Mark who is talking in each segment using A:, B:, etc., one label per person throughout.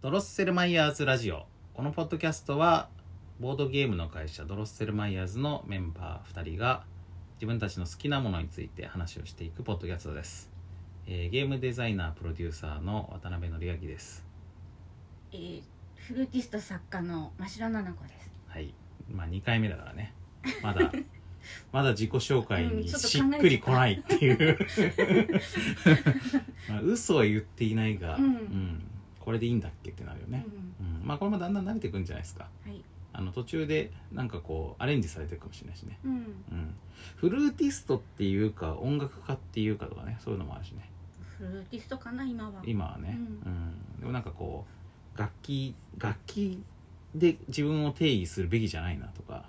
A: ドロッセルマイヤーズラジオこのポッドキャストはボードゲームの会社ドロッセルマイヤーズのメンバー2人が自分たちの好きなものについて話をしていくポッドキャストです、えーゲームデザイナープロデューサーの渡辺則明です
B: えーフルーティスト作家の真白菜々子です。
A: はいまあ2回目だからねまだ まだ自己紹介
B: うん
A: に
B: ちょっと
A: し
B: 考え
A: っくりこないっていう まあ嘘を言っていないが、
B: うん
A: これでいいんだっけってなるよね、
B: うん
A: うん、まあこれもだんだん慣れてくんじゃないですか
B: はい。
A: あの途中でなんかこうアレンジされてるかもしれないしね、
B: うん。
A: うん、フルーティストっていうか音楽家っていうかとかねそういうのもあるしね
B: フルーティストかな今は。
A: 今はね、う
B: うん
A: でもなんかこう楽器楽器で自分を定義するべきじゃないなとか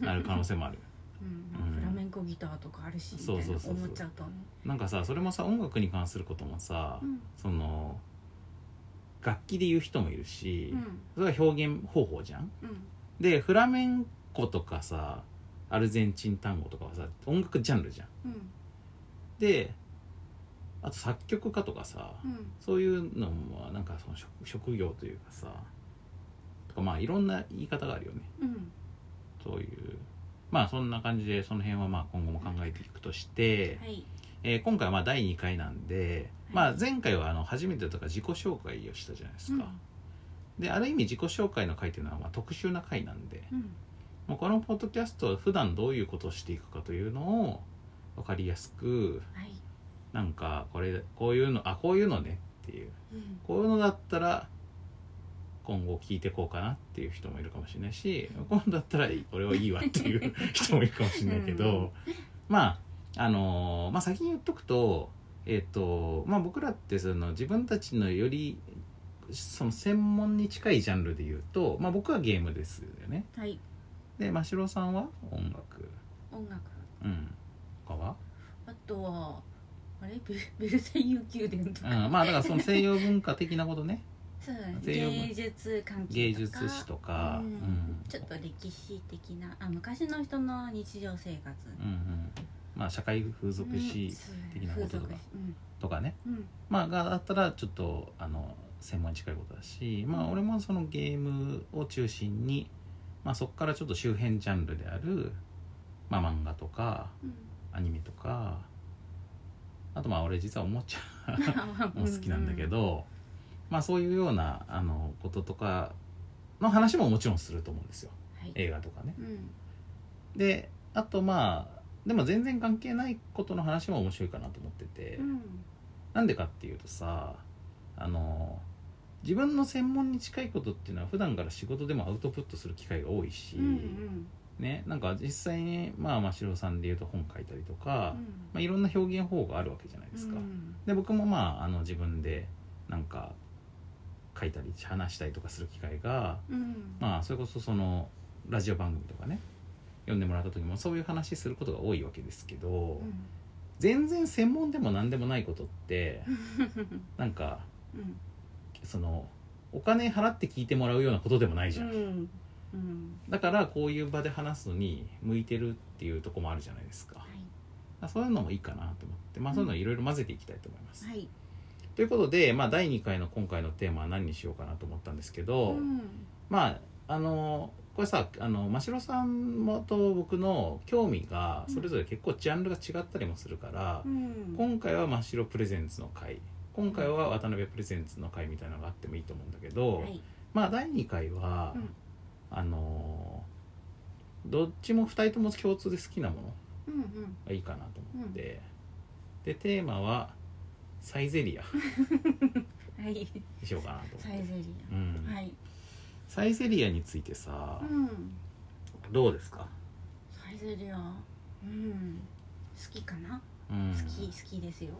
A: なる可能性 もある
B: うん。フラメンコギターとかあるしみた
A: そう
B: い
A: そう
B: な
A: そうそう
B: 思っちゃうとね。
A: なんかさそれもさ音楽に関することもさ、
B: うん。
A: その楽器で言う人もいるし、
B: うん。
A: それは表現方法じゃん
B: うん。
A: でフラメンコとかさアルゼンチン単語とかはさ音楽ジャンルじゃん
B: うん。
A: であと作曲家とかさ、
B: うん。
A: そういうのもなんかその職職業というかさとかまあいろんな言い方があるよね
B: うん。
A: そういうまあそんな感じでその辺はまあ今後も考えていくとして、
B: はい。
A: えー今回はまあ第2回なんで、
B: はい
A: まあ前回はあの初めてとか自己紹介をしたじゃないですか、である意味自己紹介の回っていうのはまあ特殊な回なんで、
B: うん。
A: まあ、このポッドキャストは普段どういうことをしていくかというのを分かりやすく
B: はい。
A: なんかこれこういうのあこういうのねっていう
B: うん。
A: こういうのだったら今後聞いてこうかなっていう人もいるかもしれないし今度だったら俺はいいわっていう人もいるかもしれないけど、まああのーまあ先に言っとくとえっ、とまあ僕らってその自分たちのよりその専門に近いジャンルで言うと、まあ、僕はゲームですよね。
B: はい。
A: で真城さんは音楽
B: 音楽。
A: うん他は、
B: あとはあれベルベルサイユ宮殿と
A: う
B: か。
A: ん、まあだからその西洋文化的なことね
B: そうだね。
A: 西洋文
B: 芸術関係とか。
A: 芸術史とか、う
B: う
A: んん
B: ちょっと歴史的なあ昔の人の日常生活。
A: うんうん、まあ社会風俗
B: うん
A: 史
B: そう
A: 的なこととか
B: 風俗史うん
A: とかね、
B: うん
A: まあがあったらちょっとあの専門に近いことだしまあ俺もそのゲームを中心に、まあ、そこからちょっと周辺ジャンルである、まあ、漫画とか
B: うん
A: アニメとかあとまあ俺実はおもちゃも
B: も
A: 好きなんだけど、まあそういうようなあのこととかの話ももちろんすると思うんですよ
B: はい
A: 映画とかね。
B: うん
A: であとまあでも全然関係ないことの話も面白いかなと思ってて、
B: うん
A: なんでかっていうとさあの自分の専門に近いことっていうのは普段から仕事でもアウトプットする機会が多いし、
B: うんうん
A: ねなんか実際にまあ真城さんでいうと本書いたりと
B: う
A: か、
B: ん
A: まあ、いろんな表現方法があるわけじゃないですか。
B: うん
A: で僕もまああの自分でなんか書いたり話したりとかする機会が
B: うん
A: まあそれこそそのラジオ番組とかね読んでもらった時もそういう話することが多いわけですけど、
B: うん
A: 全然専門でも何でもないことって
B: う
A: なんか
B: ん
A: そのお金払って聞いてもらうようなことでもないじゃん、
B: うんうん
A: だからこういう場で話すのに向いてるっていうとこもあるじゃないですかだ
B: は
A: からそういうのもいいかなと思ってまあそういうのいろいろ混ぜていきたいと思います、
B: いはい
A: ということで、まあ、第2回の今回のテーマは何にしようかなと思ったんですけど、
B: うん
A: まああのこれさあの真城さんもと僕の興味がそれぞれ結構ジャンルが違ったりもするから
B: う、ん
A: 今回は真城プレゼンツの回今回は渡辺プレゼンツの回みたいなのがあってもいいと思うんだけど、
B: はい
A: まあ第2回は、
B: うん
A: あのどっちも2人とも共通で好きなもの
B: うんうん
A: がいいかなと思って、でテーマはサイゼリア
B: はい
A: にしようかなと思って。
B: サイゼリ
A: うん
B: アはい
A: サイゼリアについてさ、
B: うん
A: どうですか、
B: サイゼリアうん好きかな
A: うん
B: 好き好きですよ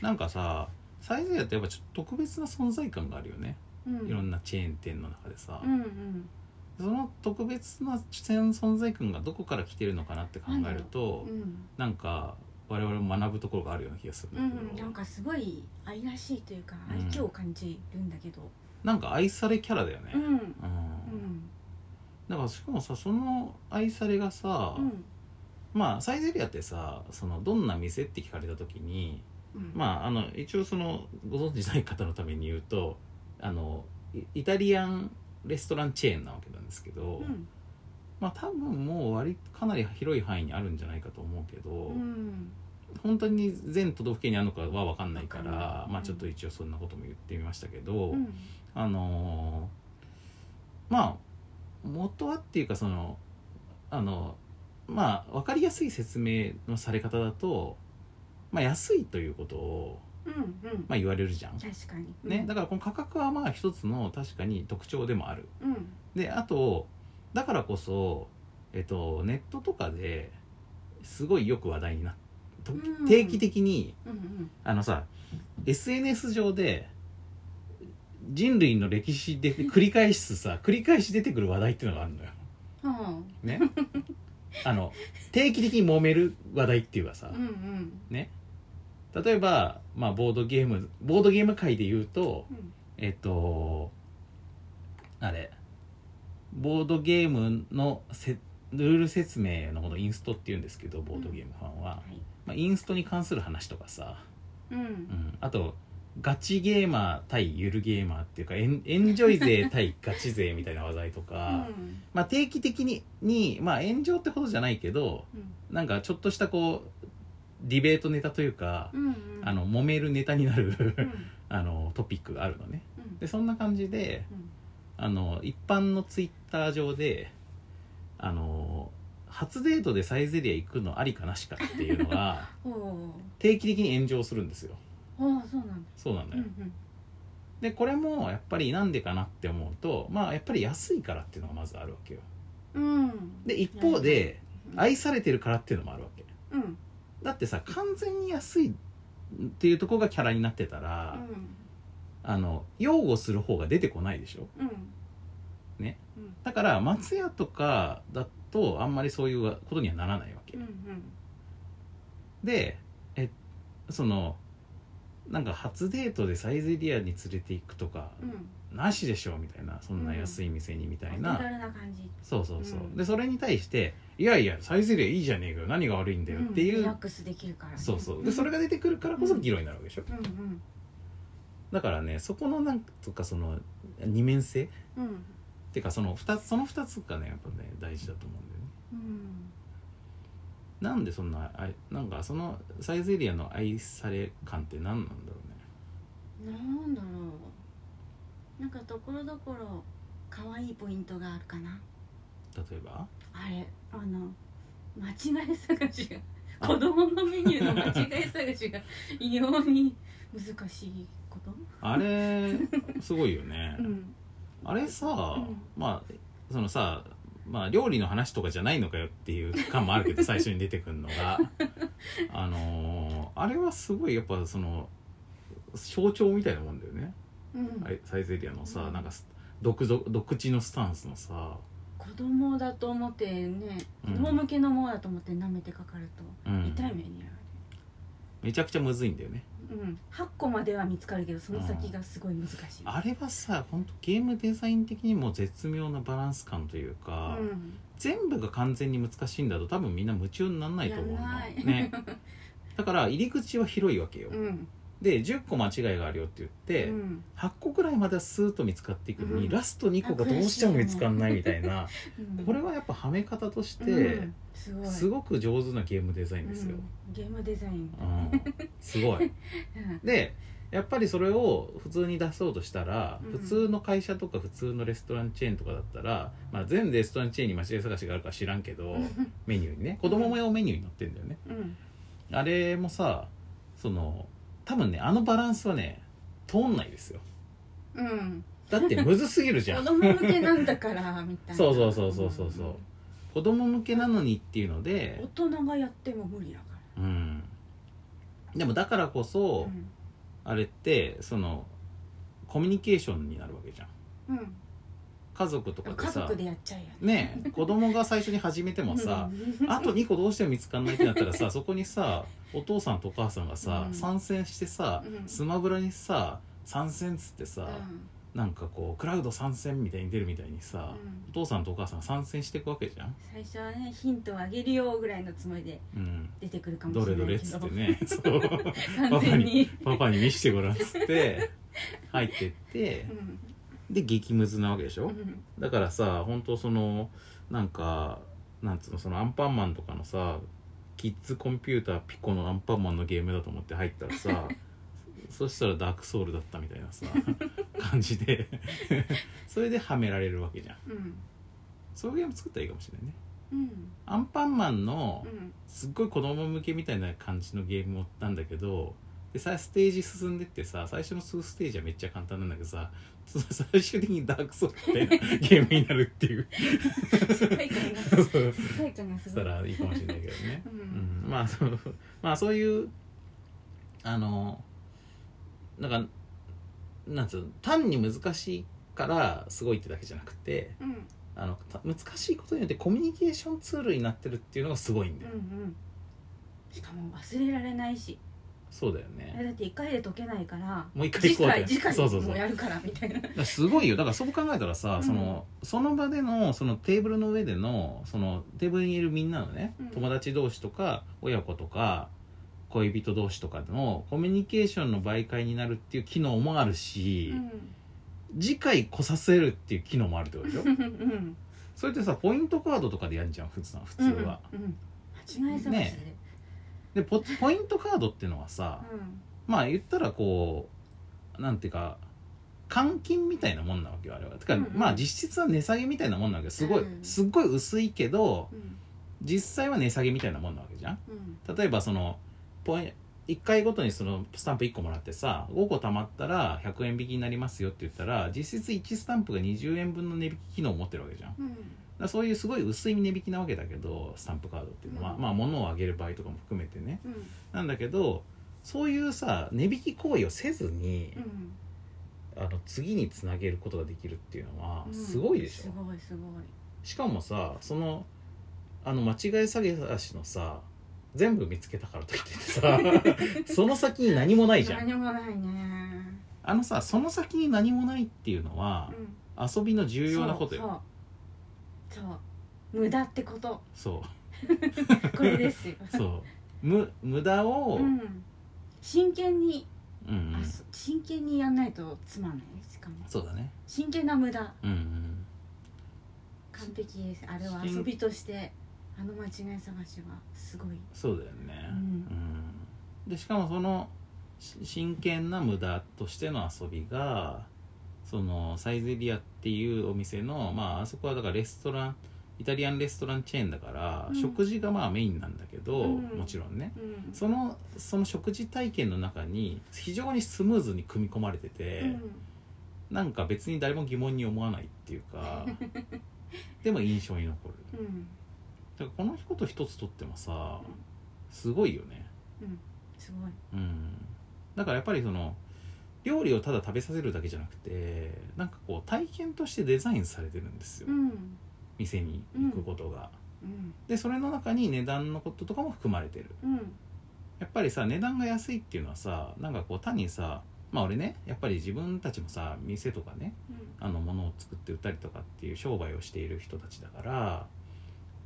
A: なんかさサイゼリアってやっぱちょっと特別な存在感があるよね、
B: うん
A: いろんなチェーン店の中でさ、
B: うんうん
A: その特別な存在感がどこから来てるのかなって考えると
B: うん
A: なんか我々も学ぶところがあるような気がする
B: うん
A: だけ
B: ん
A: ど、
B: なんかすごい愛らしいというか
A: うん
B: 愛嬌を感じるんだけど
A: なんか愛されキャラだよね、
B: うん
A: うん
B: うん
A: だからしかもさその愛されがさ、
B: うん
A: まあサイゼリアってさそのどんな店って聞かれた時に
B: うん
A: まあ、あの一応そのご存じない方のために言うとあのイイタリアンレストランチェーンなわけなんですけど、
B: うん
A: まあ多分もう割かなり広い範囲にあるんじゃないかと思うけど、
B: うん
A: 本当に全都道府県にあるのかは分かんないから
B: わかんない
A: まあちょっと一応そんなことも言ってみましたけど、
B: うん
A: あのーまあ元はっていうかそのあのまあ分かりやすい説明のされ方だと、まあ、安いということを、
B: うんうん
A: まあ、言われるじゃん。
B: 確かに
A: ね、
B: うん
A: だからこの価格はまあ一つの確かに特徴でもある。
B: うん
A: であとだからこそ、えっと、ネットとかですごいよく話題になと
B: うん
A: 定期的に
B: うんうん
A: あのさ SNS 上で人類の歴史で繰り返すさ繰り返し出てくる話題っていうのがあるのよ。
B: は
A: ね、あの定期的に揉める話題っていうかさ
B: あうんうん
A: 例えば、まあ、ボードゲームボードゲーム界で言うと
B: うん
A: えっとあれボードゲームのせルール説明のことインストっていうんですけどボードゲームファンは、
B: はい
A: まあ、インストに関する話とかさ、
B: う
A: うんん、あとガチゲーマー対ゆるゲーマーっていうかエンエンジョイ勢対ガチ勢みたいな話題と
B: う
A: か、
B: ん
A: まあ、定期的にに、まあ、炎上ってほどじゃないけど
B: うん
A: なんかちょっとしたこうディベートネタというか、
B: うんうん
A: あの揉めるネタになる
B: うん
A: あのトピックがあるのね。
B: うん
A: でそんな感じで
B: うん
A: あの一般のツイッター上であの初デートでサイゼリア行くのありかなしかっていうの が
B: ほ
A: 定期的に炎上するんですよ
B: うああそうなんだ
A: そうなん
B: う
A: だ
B: ん
A: よ、
B: うん
A: でこれもやっぱりなんでかなって思うとまあやっぱり安いからっていうのがまずあるわけよ
B: うん
A: で一方で
B: うん
A: 愛されてるからっていうのもあるわけ
B: うん
A: だってさ完全に安いっていうところがキャラになってた
B: う
A: ら、
B: ん
A: あの擁護する方が出てこないでしょ
B: うん
A: ね
B: うん
A: だから松屋とかだとあんまりそういうことにはならないわけ
B: うんうん
A: でえそのなんか初デートでサイゼリアに連れて行くとか、
B: うん
A: なしでしょみたいなそんな安い店にみたい
B: お手
A: な、
B: 軽な感じ
A: そうそうそう、
B: うん
A: でそれに対していやいやサイゼリアいいじゃねえかよ何が悪いんだよってい
B: んリ
A: う、
B: ラックスできるからね
A: そうそうでそれが出てくるからこそ議論になるわけでしょ、
B: うんうん
A: だからねそこのなんとかその二面性っ
B: うん
A: ていうかその二つその二つがねやっぱね大事だと思うんだよね
B: うん
A: なんでそんなあいなんかそのサイゼリアの愛され感って何なんだろうね
B: なんだろうなんかところどころ可愛いポイントがあるかな
A: 例えば
B: あれあの間違い探しが
A: あ
B: 子供のメニューの間違い探しが異様に難しいこと
A: あれすごいよね、
B: うん
A: あれさ、
B: うん
A: まあそのさまあ料理の話とかじゃないのかよっていう感もある けど最初に出てくるのがあのーあれはすごいやっぱその象徴みたいなもんだよね、
B: うん
A: あいサイゼリアのさ、
B: うん
A: なんかす独ぞ独自のスタンスのさ、
B: 子供だと思ってね
A: うん
B: 子供向けのものだと思って舐めてかかる
A: う
B: と
A: ん
B: 痛い目にあ
A: めちゃくちゃむずいんだよね
B: るうん8個までは見つかるけどその先がすごい難しい
A: あれはさ本当ゲームデザイン的にも絶妙なバランス感というか、
B: うん
A: 全部が完全に難しいんだと多分みんな夢中にならないと思うの
B: やんない
A: ね、だから入り口は広いわけよ、
B: うん
A: で10個間違いがあるよって言って、
B: うん
A: 8個くらいまではスーッと見つかっていくのに、
B: うん
A: ラスト2個がどうしても見つかんないみたいな、
B: うん
A: これはやっぱはめ方として、
B: うんすごい
A: すごく上手なゲームデザインですよ、
B: うんゲームデザイン
A: うんすごい
B: うん
A: でやっぱりそれを普通に出そうとしたら、
B: うん
A: 普通の会社とか普通のレストランチェーンとかだったら、まあ、全レストランチェーンに間違い探しがあるか知らんけど、メニューにね子供用メニューに載ってんだよね
B: うん
A: あれもさその多分ねあのバランスはね通んないですよ
B: うん
A: だってむずすぎるじゃ
B: 子
A: ん
B: 供向けなん だからみたいな
A: そうそうそうそうそうそう子供向けなのにっていうの
B: うん
A: で、
B: 大人がやっても無理だから
A: うん、でもだからこそ、
B: うん
A: あれってそのコミュニケーションになるわけじゃん
B: うん
A: 家族とかで
B: 家
A: さ
B: 族でやっちゃうや
A: ねえ子供が最初に始めても
B: つ
A: さ
B: うん
A: あと2個どうしても見つかんないってなったらさそこにさお父さんとお母さんがさ、
B: うん
A: 参戦してさ、
B: うん
A: スマブラにさ参戦っつってさ、
B: うん
A: なんかこうクラウド参戦みたいに出るみたいにさ、
B: うん
A: お父さんとお母さんが参戦していくわけじゃん、
B: 最初はねヒントをあげるよぐらいのつもりで
A: うん、
B: 出てくるかも
A: ど
B: しれ
A: れど
B: な
A: れっ
B: いけ
A: つ
B: ど
A: って ねそう
B: 完全に
A: パパに見してごらんっつって入ってって
B: うん
A: で激ムズなわけでしょ、
B: うん
A: だからさ本当そのなんかなんつうのそのアンパンマンとかのさキッズコンピューターピコのアンパンマンのゲームだと思って入ったら さそしたらダークソウルだったみたいなさ感じで それではめられるわけじゃん
B: うん
A: そういうゲーム作ったらいいかもしれないね
B: うん
A: アンパンマンの
B: うん
A: すっごい子供向けみたいな感じのゲームなんだけどでさステージ進んでってさ最初の数ステージはめっちゃ簡単なんだけどさそ最終的にダークソウルみたいなゲームになるっていう
B: 世界観が
A: そう
B: 世界観がす
A: し
B: ご
A: た
B: い
A: らいいかもしれないけどね
B: う、ん
A: うんまあそうまあそういうあのなんかなんつうの単に難しいからすごいってだけじゃなくて
B: うん
A: あのた難しいことによってコミュニケーションツールになってるっていうのがすごいん
B: う
A: だ
B: ん
A: よ、
B: うんしかも忘れられないし
A: そうだよね、
B: あれだって一回で解けないから
A: もう一回
B: 次
A: 行こうって
B: 回次回
A: そうそうそう
B: もうやるからみたいな
A: だからすごいよだからそう考えたらさ、
B: うん
A: そのその場でのそのテーブルの上でのそのテーブルにいるみんなのね、
B: うん
A: 友達同士とか親子とか恋人同士とかのコミュニケーションの媒介になるっていう機能もあるし、
B: うん
A: 次回来させるっていう機能もあるって ことでしょ
B: うんうん
A: それってさポイントカードとかでやるじゃん普通は普通は、
B: うんうん間違い探しで、
A: ねでポポイントカードっていうのはさ、
B: うん
A: まあ言ったらこうなんていうか換金みたいなもんなわけよあれはてか、
B: うんうん
A: まあ実質は値下げみたいなもんなわけどすごい、
B: うん
A: すっごい薄いけど
B: うん
A: 実際は値下げみたいなもんなわけじゃん
B: うん
A: 例えばそのポイ1回ごとにそのスタンプ1個もらってさ5個貯まったら100円引きになりますよって言ったら実質1スタンプが20円分の値引き機能を持ってるわけじゃんだか
B: うん
A: らそういうすごい薄い値引きなわけだけどスタンプカードっていうのは、
B: うん
A: まあ物をあげる場合とかも含めてね
B: うん
A: なんだけどそういうさ値引き行為をせずに、
B: うん
A: あの次につなげることができるっていうのは
B: うん
A: すごいでしょ、
B: すごいすごい
A: しかもさそのあの間違い詐欺足のさ全部見つけたからといって さその先に何もないじゃん
B: 何もないね
A: あのさその先に何もないっていうのは
B: うん
A: 遊びの重要なことよ
B: そうそうそう無駄ってこと
A: そう
B: これですよ、
A: そう無無駄を、う
B: う
A: ん
B: ん、真剣に、
A: うん
B: あそ真剣にやんないとつまんないしかも
A: そうだね
B: 真剣な無駄
A: うんうん
B: 完璧ですあれは
A: 真
B: 遊びとしてあの間違い探しはすごい
A: そうだよね、
B: うん
A: うんでしかもそのし真剣な無駄としての遊びがそのサイゼリアっていうお店のまああそこはだからレストランイタリアンレストランチェーンだから、
B: うん
A: 食事がまあメインなんだけど、
B: うん
A: もちろんね
B: うん
A: そのその食事体験の中に非常にスムーズに組み込まれてて、
B: うん
A: なんか別に誰も疑問に思わないっていう かでも印象に残る
B: うん
A: だからこのこと一つとってもさすごいよね、
B: すごい
A: うん、だからやっぱりその料理をただ食べさせるだけじゃなくてなんかこう体験としてデザインされてるんですよ、
B: うん
A: 店に行くことが、
B: うん
A: でそれの中に値段のこととかも含まれてる
B: うん
A: やっぱりさ値段が安いっていうのはさなんかこう単にさまあ俺ねやっぱり自分たちもさ店とかねあの物を作って売ったりとかっていう商売をしている人たちだから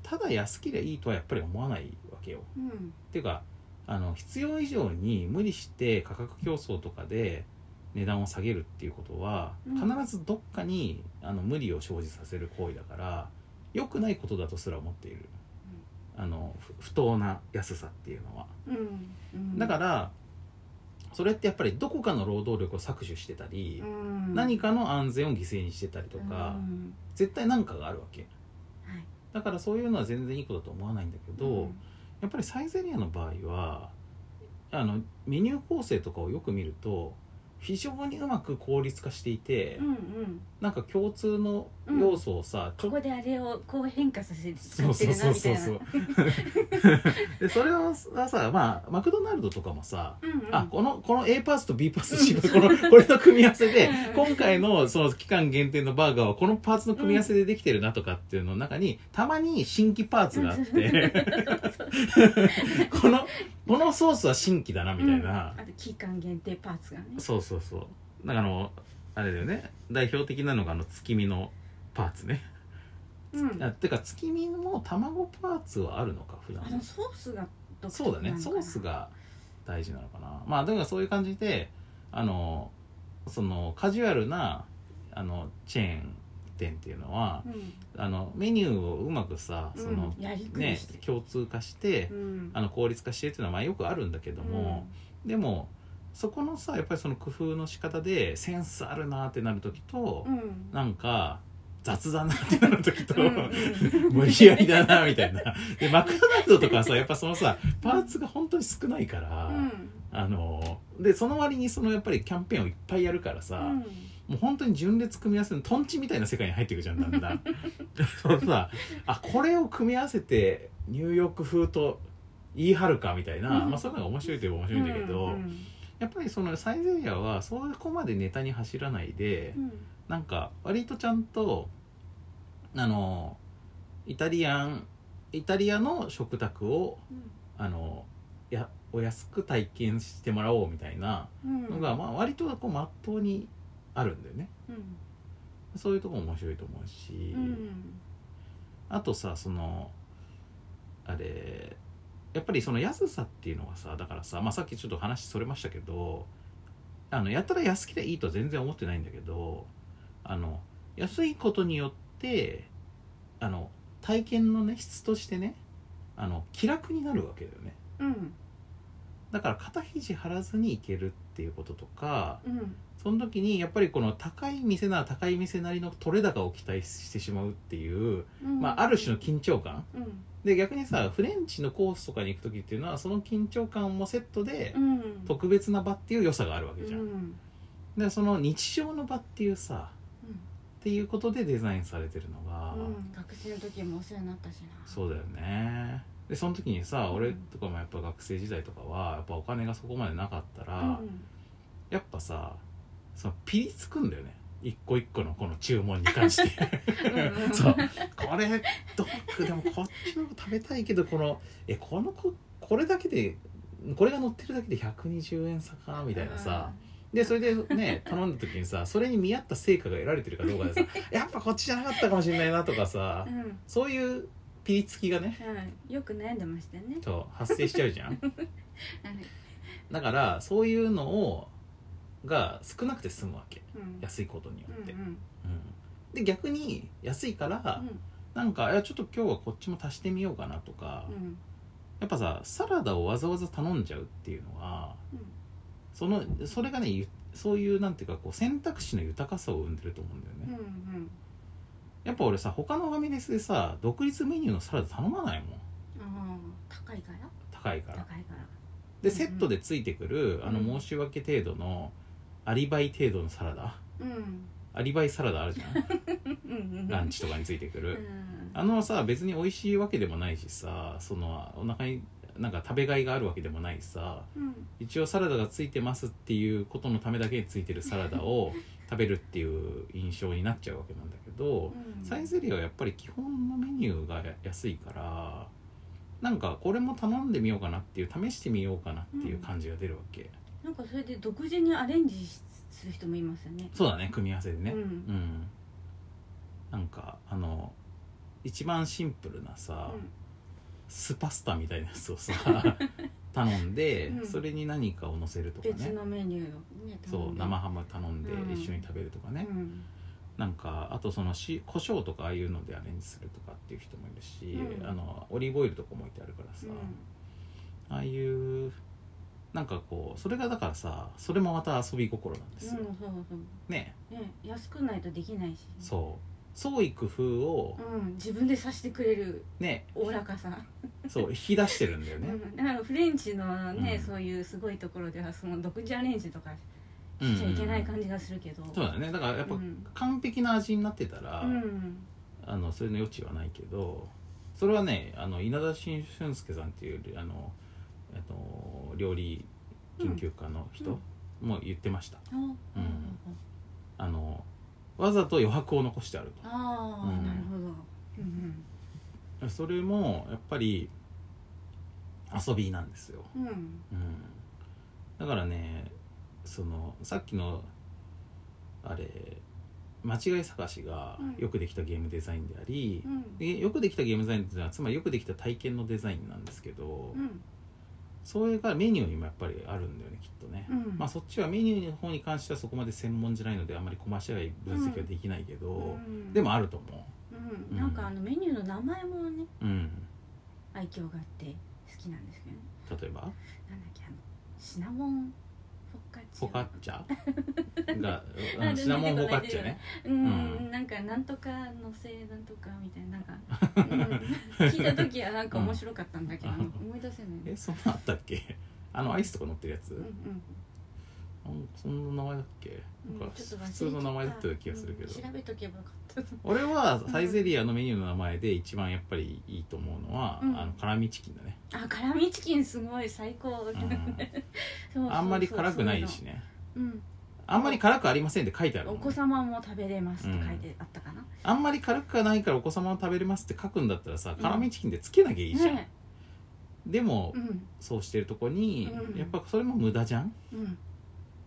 A: ただ安ければいいとはやっぱり思わないわけよ、
B: うんうん
A: っていうかあの必要以上に無理して価格競争とかで値段を下げるっていうことは
B: うん
A: 必ずどっかにあの無理を生じさせる行為だから良くないことだとすら思っているあのふ不当な安さっていうのは
B: うんうん
A: だからそれってやっぱりどこかの労働力を搾取してたり
B: うん
A: 何かの安全を犠牲にしてたりとか
B: うん
A: 絶対何かがあるわけ
B: はい
A: だからそういうのは全然いいことだと思わないんだけど、
B: うん
A: やっぱりサイゼリアの場合はあのメニュー構成とかをよく見ると非常にうまく効率化していて、
B: うんうん
A: なんか共通の要素をさ、ちょ
B: ここであれをこう変化させて使
A: そう
B: って
A: そう
B: る
A: そ
B: な
A: う
B: みた
A: そう
B: いな
A: そう でそれをさ、まあ、マクドナルドとかもさ、
B: うんうん
A: あこのこの A パースと B パースと C パースこのこれの組み合わせで
B: うん
A: 今回のその期間限定のバーガーはこのパーツの組み合わせでできてるなとかっていうのの中にたまに新規パーツがあっ
B: うん
A: てこのこのソースは新規だなみたいな
B: うん、あと期間限定パーツがね
A: そうそうそうなんかあのあれだよね代表的なのがあの月見のパーツね、
B: うん
A: あてか月見も卵パーツはあるのか普段
B: あのソースが独特
A: そうだね
B: なのか
A: ソ
B: な
A: ースが大事なのかなまあだからそういう感じであのそのカジュアルなあのチェーン店っていうのは
B: うん
A: あのメニューをうまくさその、
B: うんやりくり
A: ね
B: して、
A: 共通化して、
B: うん
A: あの効率化してっていうのはまあよくあるんだけども、でもそこのさやっぱりその工夫の仕方でセンスあるなってなる時と、
B: うん
A: なんか雑だなってなる時と、
B: うんうん
A: 無理やりだなみたいなでマクドナルドとかはさやっぱそのさパーツが本当に少ないから、
B: うん
A: あのでその割にそのやっぱりキャンペーンをいっぱいやるからさ、
B: うん
A: もう本当に純烈組み合わせのトンチみたいな世界に入っていくじゃんだん だんそのさあこれを組み合わせてニューヨーク風と言い張るかみたいな、
B: うん
A: まあ、そういうのが面白いといえば面白いんだけど、
B: うん
A: やっぱりそのサイゼリアはそこまでネタに走らないで、
B: うん
A: なんか割とちゃんとあのイタリアンイタリアの食卓をあのやお安く体験してもらおうみたいな
B: うん
A: のが、まあ、割とこうまっとうにあるんだよね。
B: うん
A: そういうとこも面白いと思うし、
B: うん
A: あとさそのあれやっぱりその安さっていうのはさだからさ、まあ、さっきちょっと話それましたけどあのやったら安きゃいいとは全然思ってないんだけどあの安いことによってあの体験のね質としてねあの気楽になるわけだよね
B: うん
A: だから肩肘張らずに行けるっていうこととか
B: うん
A: その時にやっぱりこの高い店なら高い店なりの取れ高を期待してしまうっていう、
B: うん
A: まあ、ある種の緊張感
B: うん
A: で逆にさフレンチのコースとかに行く時っていうのはその緊張感もセットで
B: うん
A: 特別な場っていう良さがあるわけじゃん、
B: うん
A: でその日常の場っていうさ
B: うん
A: っていうことでデザインされてるのが、
B: うん学生の時もお世話になったしな
A: そうだよねでその時にさ
B: うん
A: 俺とかもやっぱ学生時代とかはやっぱお金がそこまでなかったら、
B: うん
A: やっぱさそのピリつくんだよね一個一個のこの注文に関して
B: うんうん
A: そうこれどっでもこっちの食べたいけどこのえこのここれだけでこれが乗ってるだけで120円差かみたいなさ、でそれでね頼んだ時にさそれに見合った成果が得られてるかどうかでさやっぱこっちじゃなかったかもしれないなとかさ
B: うんうん
A: そういうピリつきがね
B: はいよく悩んでましたね
A: そう発生しちゃうじ ゃん
B: はい
A: だからそういうのをが少なくて済むわけ
B: うん
A: 安いことによ
B: うん
A: って。
B: うん
A: うんで逆に安いから、
B: うん
A: なんかいやちょっと今日はこっちも足してみようかなとか、
B: うん
A: やっぱさサラダをわざわざ頼んじゃうっていうのはそのそれがねゆそういうなんていうかこう選択肢の豊かさを生んでると思うんだよね、
B: うんうん
A: やっぱ俺さ他のファミレスでさ独立メニューのサラダ頼まないもん
B: ああ高いから
A: 高いから
B: 高いから
A: で
B: うんうん
A: セットでついてくる、あ
B: うん
A: の申し訳程度のアリバイ程度のサラダ
B: うん
A: アリバイサラダあるじゃん
B: うんうん
A: ランチとかについてく
B: う
A: る、
B: ん
A: あのさ別に美味しいわけでもないしさそのお腹になんか食べがいがあるわけでもないさ
B: うん
A: 一応サラダがついてますっていうことのためだけについてるサラダ を食べるっていう印象になっちゃうわけなんだけど、
B: うん
A: サイゼリアはやっぱり基本のメニューが安いからなんかこれも頼んでみようかなっていう試してみようかなっていう感じが出るわけ、
B: なんかそれで独自にアレンジする人もいますよね
A: そうだね組み合わせでね、
B: う
A: うんん、なんかあの一番シンプルなさ、
B: うん
A: スパスタみたいなやつを さ頼んで、
B: うん
A: それに何かを乗せるとか
B: 別
A: ね
B: のメニューをね
A: そう生ハム頼んで
B: うん
A: 一緒に食べるとか
B: ね
A: ね、なんかあとそのし胡椒とかああいうのでアレンジするとかっていう人もいるし、
B: うん
A: あのオリーブオイルとかも置いてあるからさ、ああいうなんかこうそれがだからさそれもまた遊び心なんですよ、
B: うんそうそう
A: ね
B: ね安くないとできないし
A: そう創意工夫を
B: うん自分でさしてくれる
A: ね、
B: おおらかさ
A: そう引き出してるんだよ
B: う
A: ね、
B: んだからフレンチのね
A: うん
B: そういうすごいところではその独自アレンジとか
A: うん
B: しちゃいけない感じがするけど
A: そうだねだからやっぱ
B: うん
A: 完璧な味になってたら、
B: うん
A: あのそれの余地はないけどそれはねあの稲田俊俊介さんっていうあの、えっと、料理研究家の人も言ってました、
B: あうん
A: うんあのわざと余白を残してある
B: あ
A: う
B: あ
A: ん
B: なるほどうん
A: とそれもやっぱり遊びなんですよ、
B: うんうん
A: うん、だからねそのさっきのあれ間違い探しが
B: うん
A: よくできたゲームデザインであり、
B: うん
A: でよくできたゲームデザインっていうのはつまりよくできた体験のデザインなんですけど、
B: うん
A: それがメニューにもやっぱりあるんだよねきっとね、
B: うん
A: まあそっちはメニューの方に関してはそこまで専門じゃないのであんまりコマーシャル分析はできないけど、
B: うん
A: でもあると思
B: うん、なんかあのメニューの名前もね
A: ううん
B: 愛嬌があって好きなんですけどね
A: 例えば
B: なんだっけあのシナモンフォッカッチ
A: フ
B: ャ
A: ォカッチャ が、
B: あ
A: うん、シナモンフ
B: 出
A: ォ
B: てこ
A: カ
B: ない
A: ッチャね
B: うん、
A: う
B: なんかなんとかのせいなんとかみたいななん か、うん、聞いた時はなんか面白かったんだけど、
A: うん
B: なんか思い出せない
A: えそんなあったっけあのアイスとか乗ってるやつ、
B: うんうん
A: なんかそんな名前だっけ
B: うん
A: なんか
B: ちょっと忘れてた
A: 普通の名前だったような気がするけど、
B: うん調べとけばよかった
A: 俺はサイゼリアのメニューの名前で一番やっぱりいいと思うのは、
B: うん
A: あの辛味チキンだ ね、
B: あ辛味チキンすごい最高、そう
A: うんあんまり辛くないし
B: ね
A: ね
B: うん、
A: あんまり辛くありませんって書いてあるも
B: お
A: んね、
B: 子様も食べれますって書いてあったかな、
A: あんまり辛くがないからお子様も食べれますって書くんだったらさ辛味チキンでつけなきゃいいじゃん、
B: ね
A: でも、
B: うん
A: そうしてるとこに、
B: うん
A: やっぱそれも無駄じゃん
B: うん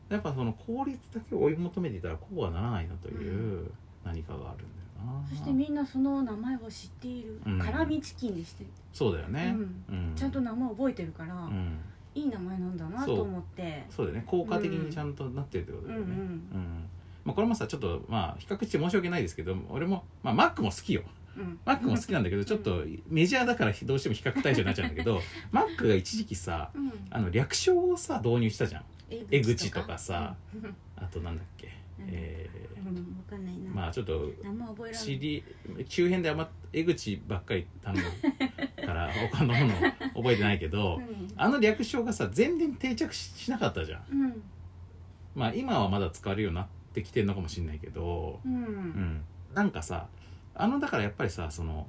A: やっぱその効率だけを追い求めていたらこうはならないなというう何かがあるんだよな
B: そしてみんなその名前を知っている、
A: うん
B: 辛味チキンにして、
A: そうだよね
B: う、ん、
A: うん
B: ちゃんと名前覚えてるから、
A: うん、
B: いい名前なんだなと思って
A: そうだよね効果的にちゃんとなってるってこと
B: う
A: だ
B: ん
A: よ
B: う
A: ね、
B: ん
A: うんまあ、これもさちょっとまあ比較して申し訳ないですけど俺も、まあ、マックも好きよ
B: うん
A: マックも好きなんだけどちょっとメジャーだからどうしても比較対象になっちゃうんだけどマックが一時期さ
B: うん
A: あの略称をさ導入したじゃん
B: 江
A: 江口とかさ
B: うん
A: あとなんだっけ、え
B: うんうんわかんないな、
A: ー、まあちょっと
B: 名前覚えられ
A: 知
B: ない
A: り周辺であんま江口ばっかり頼むから他のもの覚えてないけどあの略称がさ全然定着ししなかったじゃん
B: うんうん
A: まあ今はまだ使われるようになってきてるのかもしれないけど
B: うん
A: うん、なんかさあのだからやっぱりさその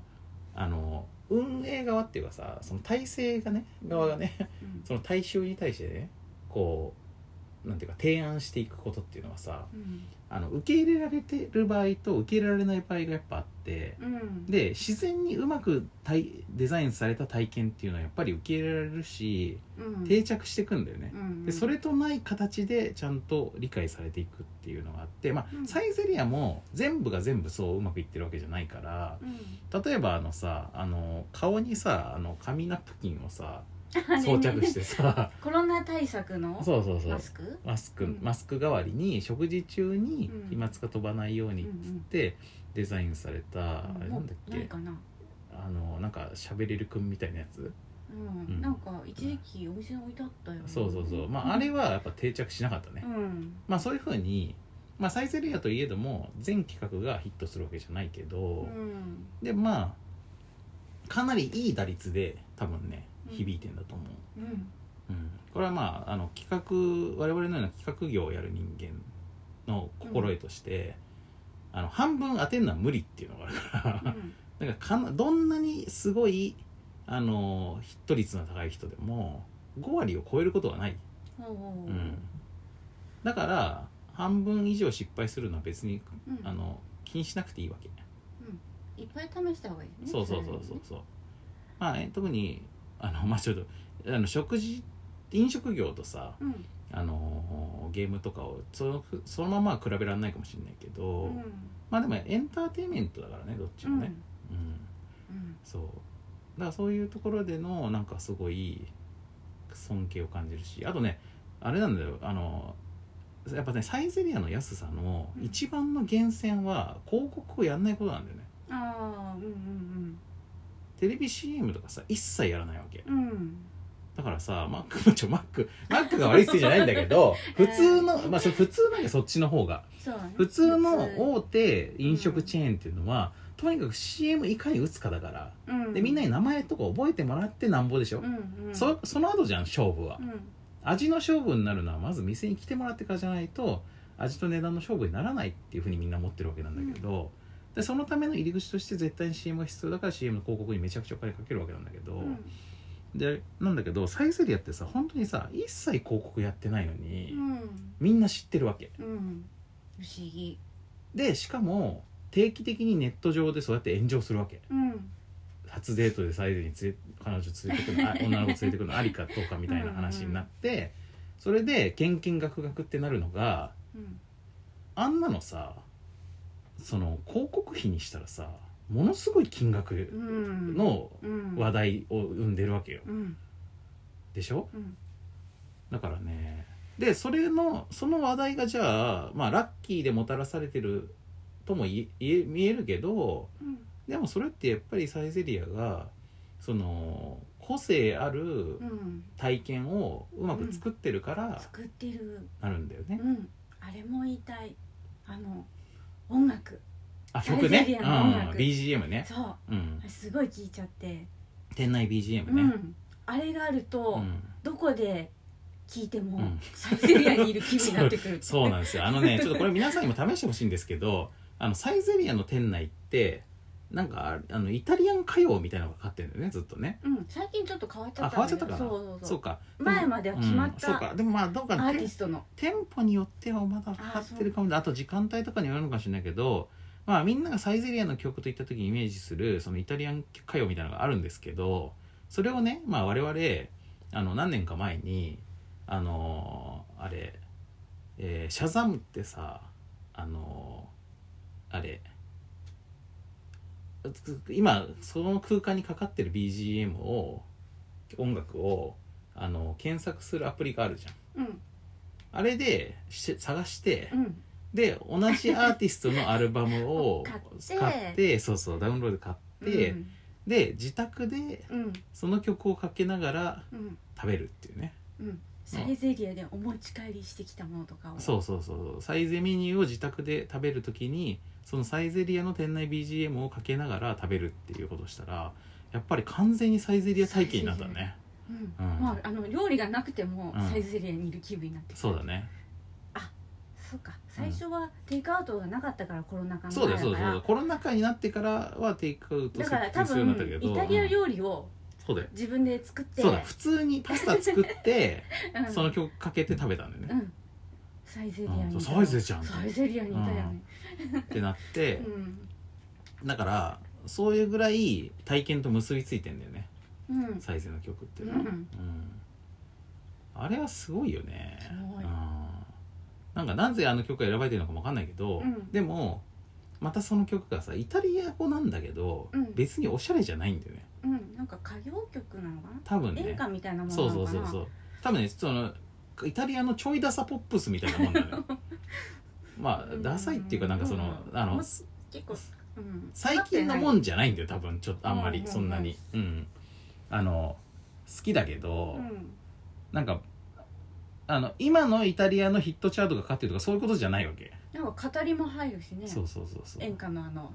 A: あの運営側っていうかさその体制がね側がね
B: うん
A: その大衆に対してねこうなんていうか提案していくことっていうのはさ
B: うん
A: あの受け入れられてる場合と受け入れられない場合がやっぱあって
B: うん
A: で自然にうまく体デザインされた体験っていうのはやっぱり受け入れられるし
B: うん
A: 定着していくんだよね
B: う。ん
A: でそれとない形でちゃんと理解されていくっていうのがあって、まあ
B: う、ん
A: サイゼリアも全部が全部そううまくいってるわけじゃないから
B: うん
A: 例えばあのさあの顔にさあの紙ナプキンをさ
B: あ
A: 装着
B: れ
A: して
B: ね
A: さ
B: コロナ対策の
A: そうそうそう
B: マスク
A: マスク、
B: うん
A: マスク代わりに食事中に
B: うん
A: 飛沫が飛ばないようにっつってデザインされた、あれな
B: もうん
A: だっ
B: ない
A: け
B: かな
A: あのなんか喋れるくんみたいなやつ、
B: うん
A: うん
B: なんか一時期お店に置いてあったよね
A: そうそうそうまああれはやっぱ定着しなかったね、
B: うん
A: まあそういうふうに、まあ、サイゼリアといえども全企画がヒットするわけじゃないけ
B: う
A: ど、
B: ん
A: でまあかなりいい打率で多分ね
B: うん
A: 響いてんだと思う、
B: うん
A: うんこれはまああの企画我々のような企画業をやる人間の心得として、あの半分当てるのは無理って いうのがある から
B: う、ん
A: だからかなどんなにすごいあのヒット率の高い人でも5割を超えることはない
B: ほうほうほ
A: う
B: う
A: んだから半分以上失敗するのは別に
B: うん
A: あの気にしなくていいわけ、
B: いっぱい試した方がいいね
A: そうそうそうそうそうまあえ特にあの まあちょっとあの食事飲食業とさ
B: れね
A: あのゲームとかをそのそのままは比べられないかもしれないけど、
B: うん
A: まあでもエンターテインメントだからねどっち
B: うん
A: もね、うん
B: うん
A: そうだからそういうところでのなんかすごい尊敬を感じるしあとねあれなんだよあのやっぱねサイゼリアの安さの
B: うん
A: 一番の源泉は広告をやんないことなんだよね
B: ああうんうん
A: テレビ CM とかさ一切やらないわけ
B: うんうん
A: だからさマック ちょマックマックが悪いせいじゃないんだけど普通のまあそれ普通なんでそっちの方が
B: そうだね
A: 普通の大手飲食チェーンっていうのは、とにかく CM いかに打つかだから
B: うん
A: でみんなに名前とか覚えてもらってなんぼでしょ、
B: うんうん
A: そその後じゃん勝負は、
B: うん
A: 味の勝負になるのはまず店に来てもらってからじゃないと味と値段の勝負にならないっていうふうにみんな思ってるわけなんだけど、でそのための入り口として絶対に CM が必要だから CM の広告にめちゃくちゃお金かけるわけなんだけど、
B: うん
A: でなんだけどサイゼリアってさ本当にさ一切広告やってないのに、
B: うん
A: みんな知ってるわけ
B: うん不思議
A: でしかも定期的にネット上でそうやって炎上するわけ
B: うん
A: 初デートでサイゼに連れ彼女連れてくるあ女の子連れてくるのありかどうかみたいな話になってそれでケンケンガクガクってなるのが
B: うん
A: あんなのさその広告費にしたらさものすごい金額
B: うん
A: の
B: うん
A: 話題を生んでるわけよ。
B: うん
A: でしょ
B: うん
A: だからねでそれのその話題がじゃあ、まあ、ラッキーでもたらされてるともいいえ見えるけど
B: うん
A: でもそれってやっぱりサイゼリアがその個性ある
B: うん
A: 体験をうまく作ってるから
B: 作ってる
A: なるんだよね。
B: うんあれも言いたいあの音楽
A: あ曲
B: サ
A: ね、
B: イゼリ
A: う
B: アの音
A: ん
B: 楽、
A: BGM ね、
B: そう
A: うん、
B: すごい聞いちゃって、
A: 店内 BGM
B: う
A: ね。
B: んあれがあると、
A: うん
B: どこで聞いても、
A: うん
B: サイゼリアにいる気分になってくる
A: そうなんですよあのねちょっとこれ皆さんにも試してほしいんですけど あのサイゼリアの店内ってなんかあのイタリアン歌謡みたいなのがかかってるんだよねずっとね
B: うん、最近ちょっと変わっちゃ
A: あ
B: った
A: 変わっ
B: ん
A: ちゃった
B: だ
A: かな
B: けどそうそう
A: そ
B: そう
A: うか
B: 前までは決ま
A: う
B: っ
A: ん
B: た、
A: そうかでもまあどうか
B: ア
A: な
B: ーテ
A: て
B: ィストの
A: 店舗によってはまだかかってるかもあと時間帯とかによるのかもしれないけどまあみんながサイゼリアの曲といった時にイメージするそのイタリアン歌謡みたいなのがあるんですけどそれをね、まあ、我々あの何年か前にあのーあれ、えーシャザムってさあのーあれ今その空間にかかってる BGM を音楽をあの検索するアプリがあるじゃん。
B: うん
A: あれでし探して、
B: うん
A: で同じアーティストのアルバムを
B: 買って
A: 買ってそうそうダウンロード買って、
B: うん
A: で自宅で
B: うん
A: その曲をかけながら
B: うん
A: 食べるっていうね
B: うんサイゼリアでお持ち帰りしてきたものとかを
A: そうそうそうサイゼメニューを自宅で食べる時にそのサイゼリアの店内 BGM をかけながら食べるっていうことをしたらやっぱり完全にサイゼリア体験になったね
B: うん
A: うん
B: まああの料理がなくても
A: うん
B: サイゼリアにいる気分になってくる
A: そうだね
B: そうか最初はテイクアウトがなかったからコロナ禍の
A: そうだ
B: 前
A: よそう
B: だ
A: だよそうだ
B: から
A: よコロナ禍になってからはテイクアウト
B: だから多
A: するようになったけど
B: 分イタリア料理を
A: うんそうだよ
B: 自分で作って
A: そうだ普通にパスタ作 って
B: うん
A: その曲かけて食べたんだよ
B: う
A: ね、
B: んサイゼリアにいた
A: うんサイゼじゃん
B: サイゼリアにいたよね
A: ってなって
B: う、ん
A: だからそういうぐらい体験と結びついてんだよね
B: うん
A: サイゼの曲っていう
B: う
A: のは、
B: ん
A: うんあれはすごいよね
B: すごい
A: うんなんかなぜあの曲が選ばれてるのかもわかんないけど、
B: うん
A: でもまたその曲がさイタリア語なんだけど、
B: うん
A: 別におしゃれじゃないんだよね
B: うんなんか歌謡曲なのかな
A: 多分
B: 演
A: ね
B: 歌みたいなも
A: そ
B: の
A: う
B: な
A: そ
B: の
A: うそ
B: かな
A: うそう多分ねそのイタリアのちょいダサポップスみたいなもんだ よまあ
B: うん
A: ダサいっていうかなんかその、
B: うん
A: あ
B: も
A: の
B: っ結構、うん、
A: 最近のもんじゃないんだよ多分ちょっとあんま
B: うん
A: り
B: うんうん
A: そんなにうん、あの好きだけど、
B: うん
A: なんかあの今のイタリアのヒットチャートがかかってるとかそういうことじゃないわけ、
B: なんか語りも入るしね
A: そうそうそうそう
B: 演歌のあの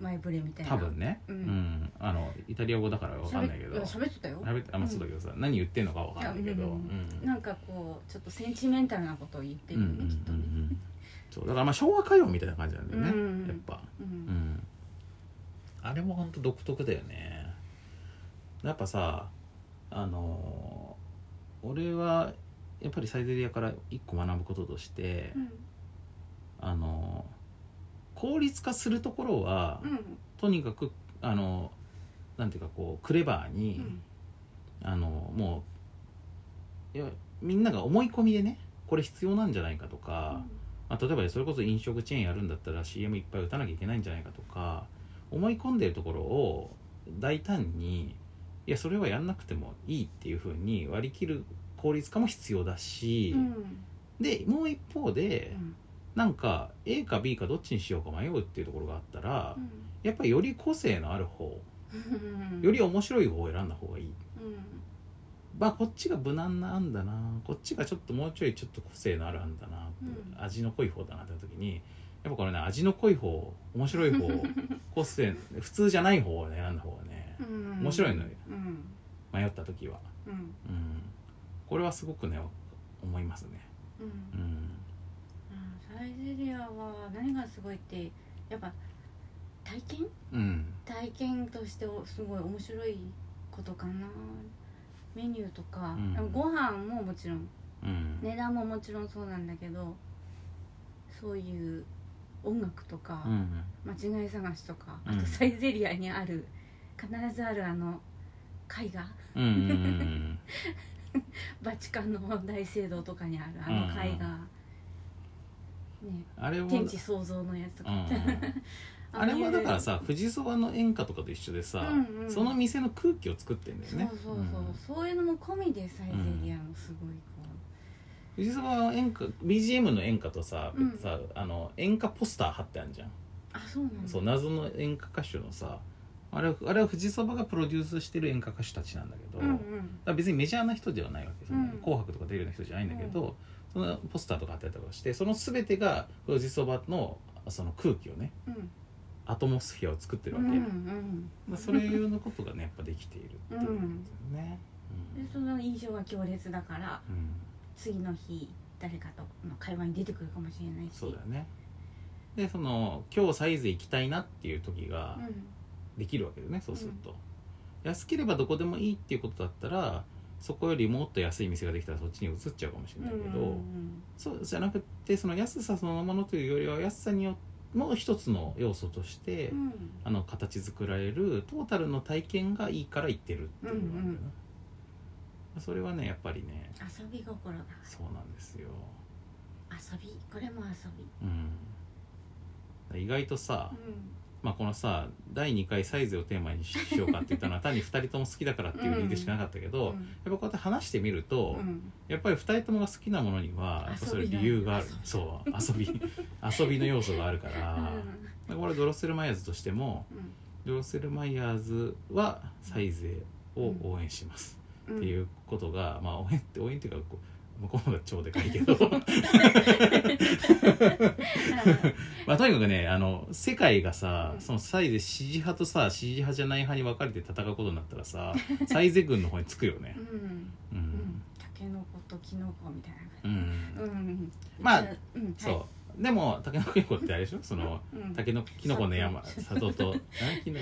B: 前触れみたいな
A: 多分ね
B: う
A: うんん、あのイタリア語だからわかんないけど
B: 喋っ喋ってたよ
A: 喋ってあんまそうだけどさ、何言ってんのかわかんないけど
B: いやうん
A: うん
B: なんかこうちょっとセンチメンタルなことを言ってるよね、きっと
A: うんうんう
B: ね、
A: んうんそうだからまあ昭和歌謡みたいな感じなんだよね、
B: うんうんうん
A: やっぱ、
B: う
A: うんん、あれもほんと独特だよねやっぱさあのー俺はやっぱりサイゼリアから一個学ぶこととして、
B: うん
A: あのー効率化するところは、
B: うん
A: とにかくあのーなんていうかこうクレバー
B: う
A: に、
B: ん
A: あのもういやみんなが思い込みでねこれ必要なんじゃないかとか、まあ、例えばねそれこそ飲食チェーンやるんだったら CM いっぱい打たなきゃいけないんじゃないかとか思い込んでるところを大胆にいやそれはやんなくてもいいっていうふうに割り切る効率化も必要だし、
B: うん
A: でもう一方
B: う
A: で
B: ん
A: なんか A か B かどっちにしようか迷うっていうところがあったら、
B: うん
A: やっぱりより個性のある方
B: うん
A: より面白い方を選んだ方がいい
B: うん
A: まあこっちが無難な案だなこっちがちょっともうちょいちょっと個性のある案だな、
B: うん
A: 味の濃い方だなって時にやっぱこれね味の濃い方面白い 方個性普通じゃない方を選んだ方がね
B: うん
A: 面白いのよ
B: うん
A: 迷った時は、
B: うん
A: うん、これはすごくね思いますね、
B: うん
A: うん、
B: サイゼリアは何がすごいってやっぱ体験
A: うん
B: 体験としてすごい面白いことかなメニューとか、
A: うん
B: でもご飯ももちろん
A: うん
B: 値段ももちろんそうなんだけどそういう音楽とか、
A: うん
B: 間違い探しとか、
A: うん
B: あとサイゼリアにある必ずあるあの絵画
A: うんうん
B: バチカンの大聖堂とかにあるあの絵画、ね
A: あれも
B: 天地創造のやつとか、
A: うんうんあれはだからさ富士そばの演歌とかと一緒でさ、
B: うんうん
A: その店の空気を作ってんだよ
B: そう
A: ね
B: そうそう、そういうのも込みでサイゼリアのすごいこ
A: うん富士そばの演歌 BGM の演歌とさ,、
B: うん
A: さあの演歌ポスター貼ってあるじゃん、
B: う、あそうなんだ
A: そう謎の演歌歌手のさあれはあれは富士そばがプロデュースしてる演歌歌手たちなんだけど、
B: うん
A: だ
B: う
A: か
B: ん
A: ら別にメジャーな人ではないわけそんなに
B: うん
A: 紅白とか出るような人じゃないんだけ
B: う
A: ど、そのポスターとか貼ってたりとかしてその全てが富士そばのその空気をね
B: うん
A: アトモスフィアを作ってる
B: う
A: わけ、
B: ん
A: まあ、それいうのことがねやっぱできているっていうことだよね。
B: うんでその印象が強烈だから
A: うんうん
B: 次の日誰かとの会話に出てくるかもしれないし
A: そうだよねでその今日サイズ行きたいなっていう時が
B: うん
A: できるわけだよね、そうすると、安ければどこでもいいっていうことだったらそこよりもっと安い店ができたらそっちに移っちゃうかもしれないけど、
B: うんうん
A: そうじゃなくてその安さそのものというよりは安さによもう一つの要素として、
B: うん
A: あの形作られるトータルの体験がいいから行ってるっていうのがあるよね、それはねやっぱりね
B: 遊び心が
A: そうなんですよ、
B: 遊びこれも遊び
A: うん、意外とさ、
B: う
A: まあ、このさ第2回サイズをテーマにしようかって言ったのは単に2人とも好きだからっていう理由でしかなかったけど、
B: ん
A: やっぱこうやって話してみると、やっぱり2人ともが好きなものにはやっぱそれ
B: 遊びが
A: 理由がある
B: 遊び
A: そう遊び遊びの要素があるから、だからこれドロッセルマイヤーズとしてもドロッセルマイヤーズはサイゼを応援します、
B: うん
A: っていうことが、まあ応援って応援っていうかこう向こうの方が超でかいけどまあとにかくねあの世界がさ
B: うん
A: そのサイゼ支持派とさ支持派じゃない派に分かれて戦うことになったら さサイゼ軍の方につくよね
B: う。ん
A: う
B: うんんたけのこときのこみたいな
A: う
B: 感じ
A: ん
B: ん
A: まあ
B: じゃうん
A: そう、でもタケノコキノコってあれでしょその
B: はいうん
A: タケノキノコの山
B: そう
A: 里と何キノ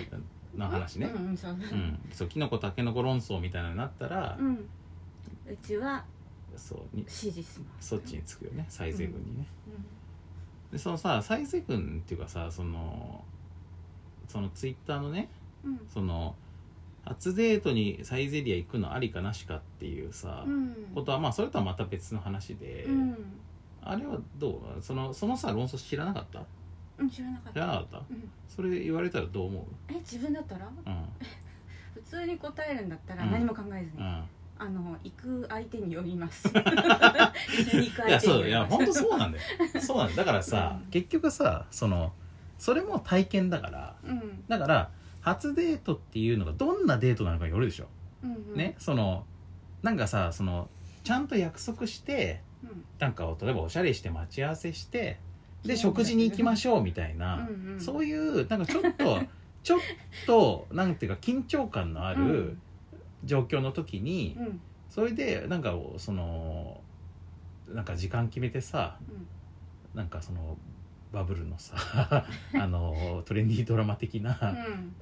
A: の話ね
B: う。んうんそう
A: うんそうキノコタケノコ論争みたいなのになったら、
B: うんうちは
A: そうに
B: 支持します
A: そっちにつくよねサイゼ軍にね。
B: う
A: でそのさ再生君っていうかさそのそのツイッターのね
B: んうん
A: その初デートにサイゼリア行くのありかなしかっていうさ、
B: うん
A: ことはまあそれとはまた別の話で、
B: うん
A: あれはどうそのそのさ論争知らなかった
B: うん知らなかっ
A: 知ら
B: た
A: なかった
B: うん
A: それ言われたらどう思う
B: え自分だったら
A: うん
B: 普通に答えるんだったら
A: うん
B: 何も考えず
A: う
B: に
A: ん
B: あの行く相手に呼びます一緒に行く
A: いや
B: 相手
A: そう
B: に呼
A: い
B: び
A: や
B: ます
A: 本当そうなんだ よそうなんだよだからさ、
B: うん
A: 結局さそのそれも体験だから
B: うん
A: だから初デートっていうのがどんなデートなのかによるでしょ
B: うんうん
A: ね、そのなんかさそのちゃんと約束して
B: うん
A: なんかを例えばおしゃれして待ち合わせしてで
B: そうだ
A: 食
B: ね
A: 事に行きましょうみたいな、
B: うんうん
A: そういうなんかちょっ とちょっとなんていうか緊張感のあ
B: う
A: る
B: ん
A: 状況の時に、
B: うん
A: それでなんかそのなんか時間決めてさ
B: うん
A: なんかそのバブルのさ あのトレンディードラマ的な。
B: うん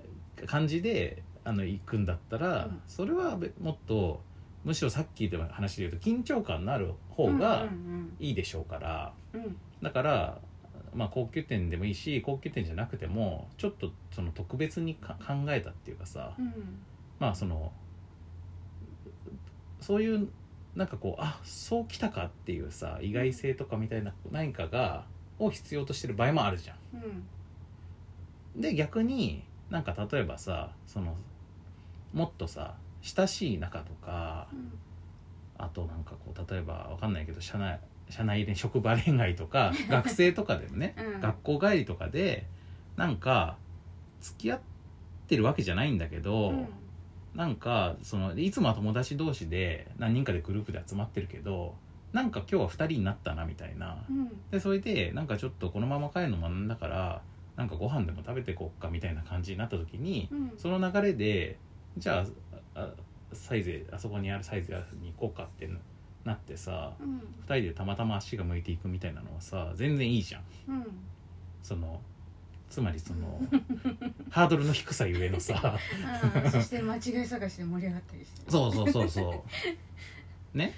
A: 感じであの行くんだったら、
B: うん
A: それはべもっとむしろさっきの話で言うと緊張感のある方が
B: うん
A: いいでしょうから、
B: うんうん
A: だから、まあ、高級店でもいいし高級店じゃなくてもちょっとその特別にか考えたっていうかさ、
B: うん
A: まあそのそういうなんかこうあそう来たかっていうさ意外性とかみたいな何かがを必要としてる場合もあるじゃん。
B: うん
A: で逆になんか例えばさそのもっとさ親しい仲とか
B: うん
A: あとなんかこう例えばわかんないけど社内社内で職場恋愛とか学生とかでもね、
B: うん
A: 学校帰りとかでなんか付き合ってるわけじゃないんだけど、
B: うん
A: なんかそのいつもは友達同士で何人かでグループで集まってるけどなんか今日は2人になったなみたいな
B: うん
A: でそれでなんかちょっとこのまま帰るのもなんだからなんかご飯でも食べてこっかみたいな感じになった時に
B: うん
A: その流れでじゃああサイゼあそこにあるサイゼに行こうかってなってさ
B: うん
A: 2人でたまたま足が向いていくみたいなのはさ全然いいじゃん
B: うん
A: そのつまりその ハードルの低さゆえのさ
B: ああそして間違い探しで盛り上がったりして
A: そうそうそうそうね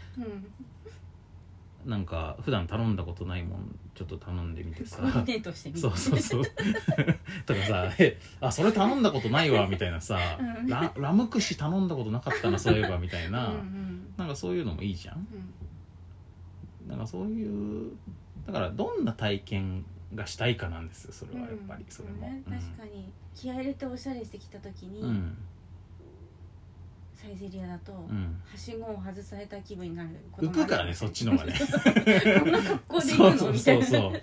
B: うん
A: なんか普段頼んだことないもんちょっと頼んでみてさ
B: コ ーディネートしてみる
A: そうそうそう とかさ「えあそれ頼んだことないわ」みたいなさ、
B: うん
A: ラ「ラム串頼んだことなか ったなそういえば」みたいな、
B: うんうん
A: なんかそういうのもいいじゃん
B: うん
A: なんかそういうだからどんな体験がしたいかなんですよそれはやっぱり
B: うん
A: それも、
B: ね
A: うん
B: 確かに気合い入れておしゃれしてきた時に、
A: うん
B: サイゼリアだと、
A: うん
B: はしごを外された気分になること
A: 浮
B: もある
A: くからねそっちのがね
B: こんな格好で
A: そ
B: 行
A: う
B: く
A: そ
B: の
A: う
B: みたい
A: そう
B: な
A: そ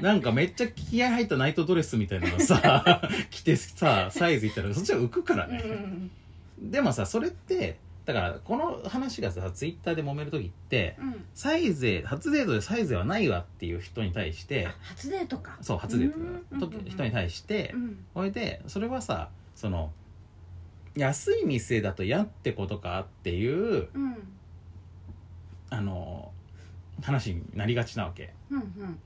A: うなんかめっちゃ気合入ったナイトドレスみたいなの さ着てさサイズいったらそっちは浮くから
B: うん
A: ね、
B: うん
A: でもさそれってだからこの話がさツイッターで揉める時って
B: うん
A: サイゼ初デートでサイゼはないわっていう人に対して
B: あ初デートか
A: そう初デート
B: うん
A: の時人に対して
B: うん
A: それでそれはさその安い店だと嫌ってことかっていう
B: うんうん
A: あの話になりがちなわけ
B: うんうん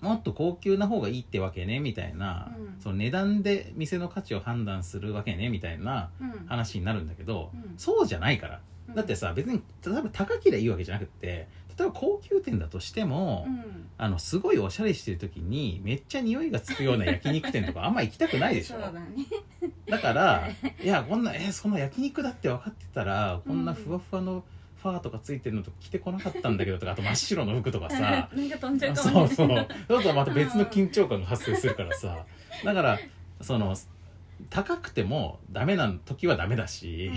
A: もっと高級な方がいいってわけねみたいな、
B: うん
A: その値段で店の価値を判断するわけねみたいな
B: うん
A: 話になるんだけど、
B: うん
A: そうじゃないから
B: うん
A: だってさ別に例えば高ければいいわけじゃなくって例えば高級店だとしても、
B: うん
A: あのすごいおしゃれしてる時にめっちゃ匂いがつくような焼肉店と かあんま行きたくないでしょ
B: そうだね
A: だからいやこんなえーその焼肉だって分かってたらこんなふわふわのファーとかついてるのとか着てこなかったんだけどとかあと真っ白の服とかさ
B: なんか飛んじゃうか
A: そ
B: も
A: うそう
B: ね
A: そうするとまた別の緊張感が発生するからさだからその高くてもダメな時はダメだし、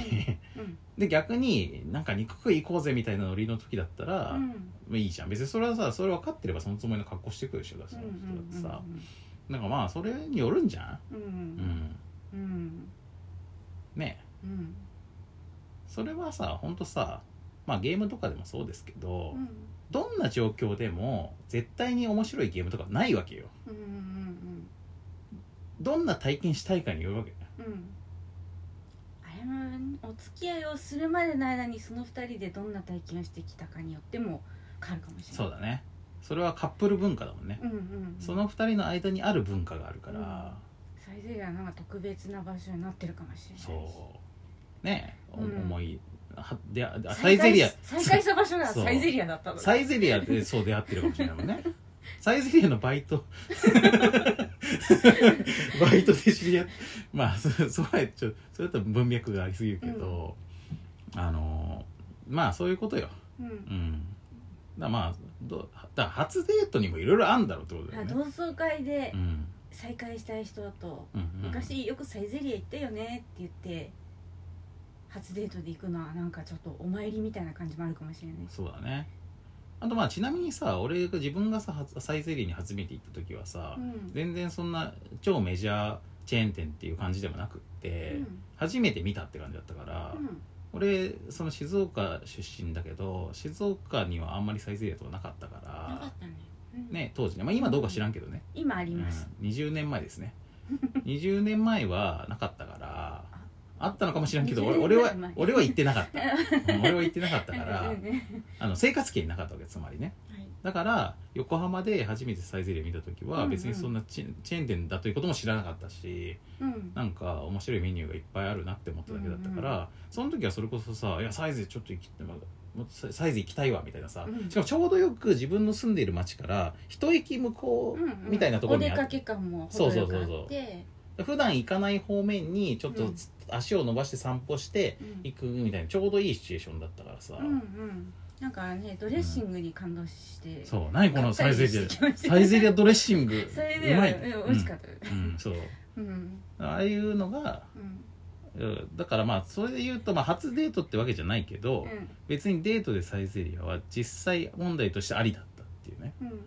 B: うん
A: で逆になんか肉食い行こうぜみたいなノリの時だったら、
B: うん
A: まあいいじゃん別にそれはさそれ分かってればそのつもりの格好してくるでしょだって
B: う
A: そ
B: ん
A: の人だってさ、
B: う
A: なんかまあそれによるんじゃ
B: んうんうん
A: うん
B: んうん
A: ね
B: うん
A: それはさほんとさまあゲームとかでもそうですけど、
B: うん
A: どんな状況でも絶対に面白いゲームとかないわけよ
B: うんうん
A: どんな体験したいかによるわけ
B: うんうんあれもお付き合いをするまでの間にその二人でどんな体験をしてきたかによっても変わるかもしれない
A: そうだねそれはカップル文化だもんね、
B: うんうん
A: その2人の間にある文化があるから、
B: サイゼリアなんか特別な場所になってるかもしれない
A: そうねえ、お
B: うん
A: 思いはでああサ
B: 再
A: イ
B: 会
A: ゼリア
B: 再会した場所なら
A: そう
B: サイゼリアだったの
A: サイゼリアでそう出会ってるかもしれないもん ねサイゼリアのバイトバイトで知り合っまあそそこはちょそれだと文脈がありすぎるけど、あのまあそういうことよ
B: うん
A: うんだまあどだから初デートにもいろいろあんだろうってことだよ
B: あ
A: ね
B: 同窓会で
A: うん
B: 再会したい人と
A: うんうん、
B: 昔よくサイゼリア行ったよねって言って初デートで行くのはなんかちょっとお参りみたいな感じもあるかもしれない
A: そうだねあとまあちなみにさ俺が自分がさ初サイゼリアに初めて行った時はさ、
B: うん
A: 全然そんな超メジャーチェーン店っていう感じでもなくって、初めて見たって感じだったから、
B: うんうん
A: 俺その静岡出身だけど静岡にはあんまりサイゼリアとかなかったか
B: なかっ
A: ら
B: たねうん
A: ね当時ね、まあ、今どうか知らんけどね、
B: 今あり
A: うん
B: ます、
A: 20年前ですね 20年前はなかったからあったのかもしれんけど俺
B: 20
A: 俺は
B: 年前
A: 俺は行ってなかった、うん俺は行ってなかったか
B: うん
A: ら
B: うんうんはい
A: あの生活圏になかったわけつまりねだから横浜で初めてサイゼリア見た時
B: うんう
A: は
B: ん
A: 別にそんなチェ,、チェーン店だということも知らなかったし
B: うん
A: なんか面白いメニューがいっぱいあるなって思っただけだったから、
B: うん
A: その時はそれこそさ「いやサイズちょっと行きたいまもうササイズ行きたいわ」みたいなさ、
B: うん
A: しかもちょうどよく自分の住んでいる町から一駅向こう、
B: うんうん
A: みたいなところに
B: お
A: あ
B: 出
A: っ
B: かけ感も程よくあ
A: そ
B: って
A: うそうそう普段行かない方面にちょっとつ、足を伸ばして散歩して
B: うん
A: 行くみたいなちょうどいいシチュエーションだったからさ、
B: うんうんなんかねドレッシングに感動して、
A: そう何このサイゼリ
B: 買ったり
A: ア
B: してきました
A: サイゼリアドレッシング
B: それ
A: う
B: では
A: まい、
B: うん美味しかった
A: うんうんそう
B: うん
A: ああいうのが
B: う
A: う
B: ん
A: んだからまあそれで言うと、まあ、初デートってわけじゃないけど、別にデートでサイゼリアは実際問題としてありだったっていうね
B: うんうん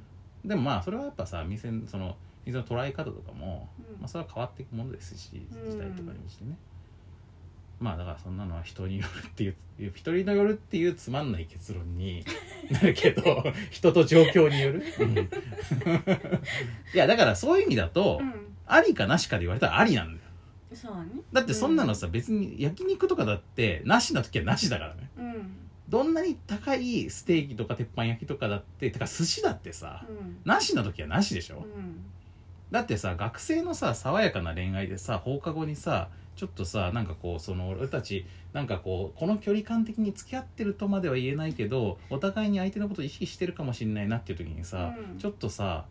A: でもまあそれはやっぱさ店のその店の捉え方とかも、
B: うん
A: まあ、それは変わっていくものですし
B: うん
A: 時代とかにもしてね、まあだからそんなのは人によるっていう人によるっていうつまんない結論に なるけど人と状況による、うん いやだからそういう意味だと、
B: うん
A: ありかなしかで言われたらありなんだよ
B: そうね
A: だってそんなのさ、別に焼肉とかだってなしな時はなしだからね
B: うんうん
A: どんなに高いステーキとか鉄板焼きとかだっててか寿司だってさ、
B: うん
A: なしな時はなしでしょ、
B: うん
A: だってさ学生のさ爽やかな恋愛でさ放課後にさちょっとさなんかこうその俺たちなんかこうこの距離感的に付き合ってるとまでは言えないけどお互いに相手のことを意識してるかもしれないなっていう時にさ、
B: うん
A: ちょっとさ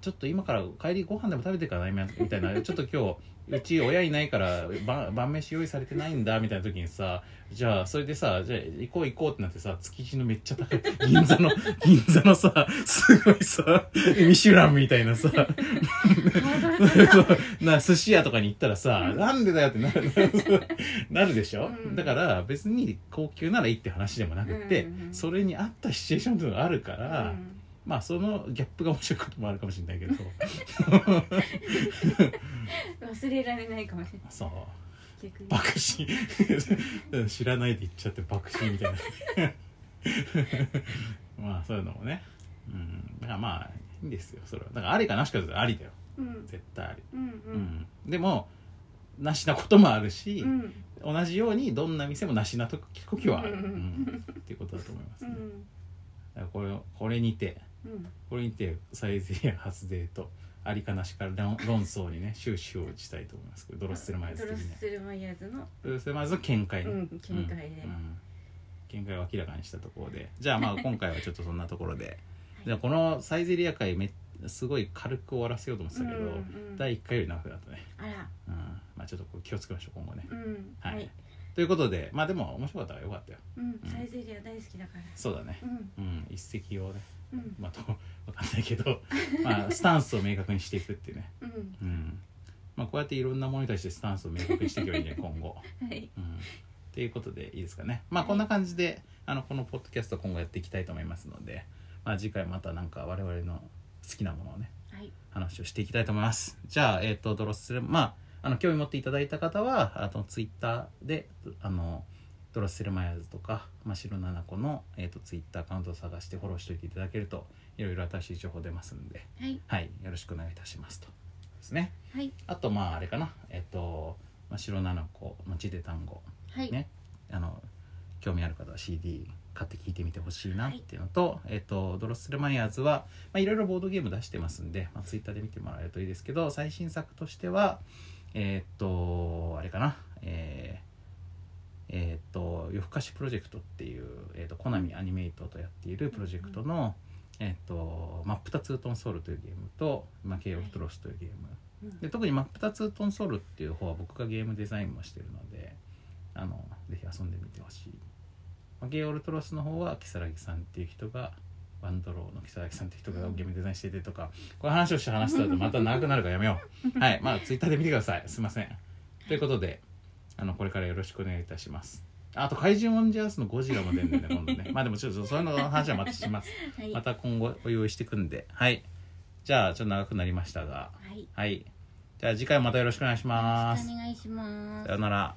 A: ちょっと今から帰りご飯でも食べてからなみたいな ちょっと今日うち親いないから晩晩飯用意されてないんだみたいな時にさじゃあそれでさじゃあ行こう行こうってなってさ築地のめっちゃ高い銀座の 銀座のさすごいさミシュランみたいなさ そうな寿司屋とかに行ったらさなんでだよってなる なるでしょ、
B: うん
A: だから別に高級ならいいって話でもなくて、
B: うんうんうん
A: それに合ったシチュエーションっていうのがあるか
B: う
A: ら。
B: ん
A: まあそのギャップが面白いこともあるかもしれないけ ど
B: 忘れられないかもしれない
A: そう
B: 逆に
A: 爆死 知らないで言っちゃって爆死みたいな まあそういうのもねうんだからまあいいんですよそれはだからありかなしかだったらありだよ
B: うん
A: 絶対あり、
B: うん
A: う
B: うん
A: んでもなしなこともあるし、
B: うん
A: 同じようにどんな店もなしなと時はある、
B: うん
A: うんっていうことだと思います
B: う
A: ね、だ
B: ん
A: からこれこれにて
B: うん
A: これにて最善や発税とありかなしから論論争にね終止を打ちたいと思いますけどドロッセルマイヤーズ
B: ドロ
A: 的に
B: ッ
A: ね
B: セルマイヤーズの
A: ドロッセルマイヤーズの見解
B: う
A: ね、
B: ん見解で
A: うん見解を明らかにしたところでじゃあまあ今回はちょっとそんなところでじゃあこのサイゼリア会めすごい軽く終わらせようと思ってたけど、
B: うんうん
A: 第1回より長くなったね、
B: あら
A: うん、まあちょっとこう気をつけましょう今後ね、
B: うん
A: はい、
B: はい
A: ということでまあでも面白かったからよかったよ
B: うんサイゼリア大好きだから
A: そうだね
B: うん
A: うん一石をね
B: うん
A: まあとわかんないけど、まあ、スタンスを明確にしていくっていうね
B: うん
A: うんまあ、こうやっていろんなものに対してスタンスを明確にしていけばいいね今後。
B: はい
A: うんということでいいですかね。まあこんな感じであのこのポッドキャスト今後やっていきたいと思いますので、まあ、次回またなんか我々の好きなものをね
B: はい
A: 話をしていきたいと思います。じゃあ、えっとドロッセルまああの興味持っていただいた方はあのツイッターであのドロッセルマイヤーズとか真白七子の、えっとツイッターアカウントを探してフォローしておいていただけるといろいろ新しい情報出ますので、
B: はい
A: はい、よろしくお願いいたしますとですね。
B: はい
A: あとまああれかなえっと「白七子の地で単語
B: はい
A: ね」あの興味ある方は CD 買って聞いてみてほしいなっていうのと、えっとドロッセルマイヤーズはまあいろいろボードゲーム出してますんで、まあ、ツイッターで見てもらえるといいですけど最新作としてはえっとあれかなえーえっと夜更かしプロジェクトっていう、えっとコナミアニメイトとやっているプロジェクトの、えっと真っ二ツートンソウルというゲームと、まあ、ケイオフトロスというゲーム、
B: うん
A: で特に真っ二つトンソールっていう方は僕がゲームデザインもしてるのであのぜひ遊んでみてほしい、まあ、ゲイオルトロスの方は如月さんっていう人がワンドローの如月さんって人がゲームデザインしててとかこういう話をして話したらまた長くなるからやめようはいまあツイッターで見てくださいすいませんということであのこれからよろしくお願いいたしますあと怪獣オンジャースのゴジラも出るんだよね今度ねまあでもちょっとそういうの話はまたします
B: はい
A: また今後お用意していくんではいじゃあちょっと長くなりましたが
B: はい
A: はい。じゃあ次回もまたよろしくお願いしま
B: よろし
A: す
B: くお。願いします
A: さようなら。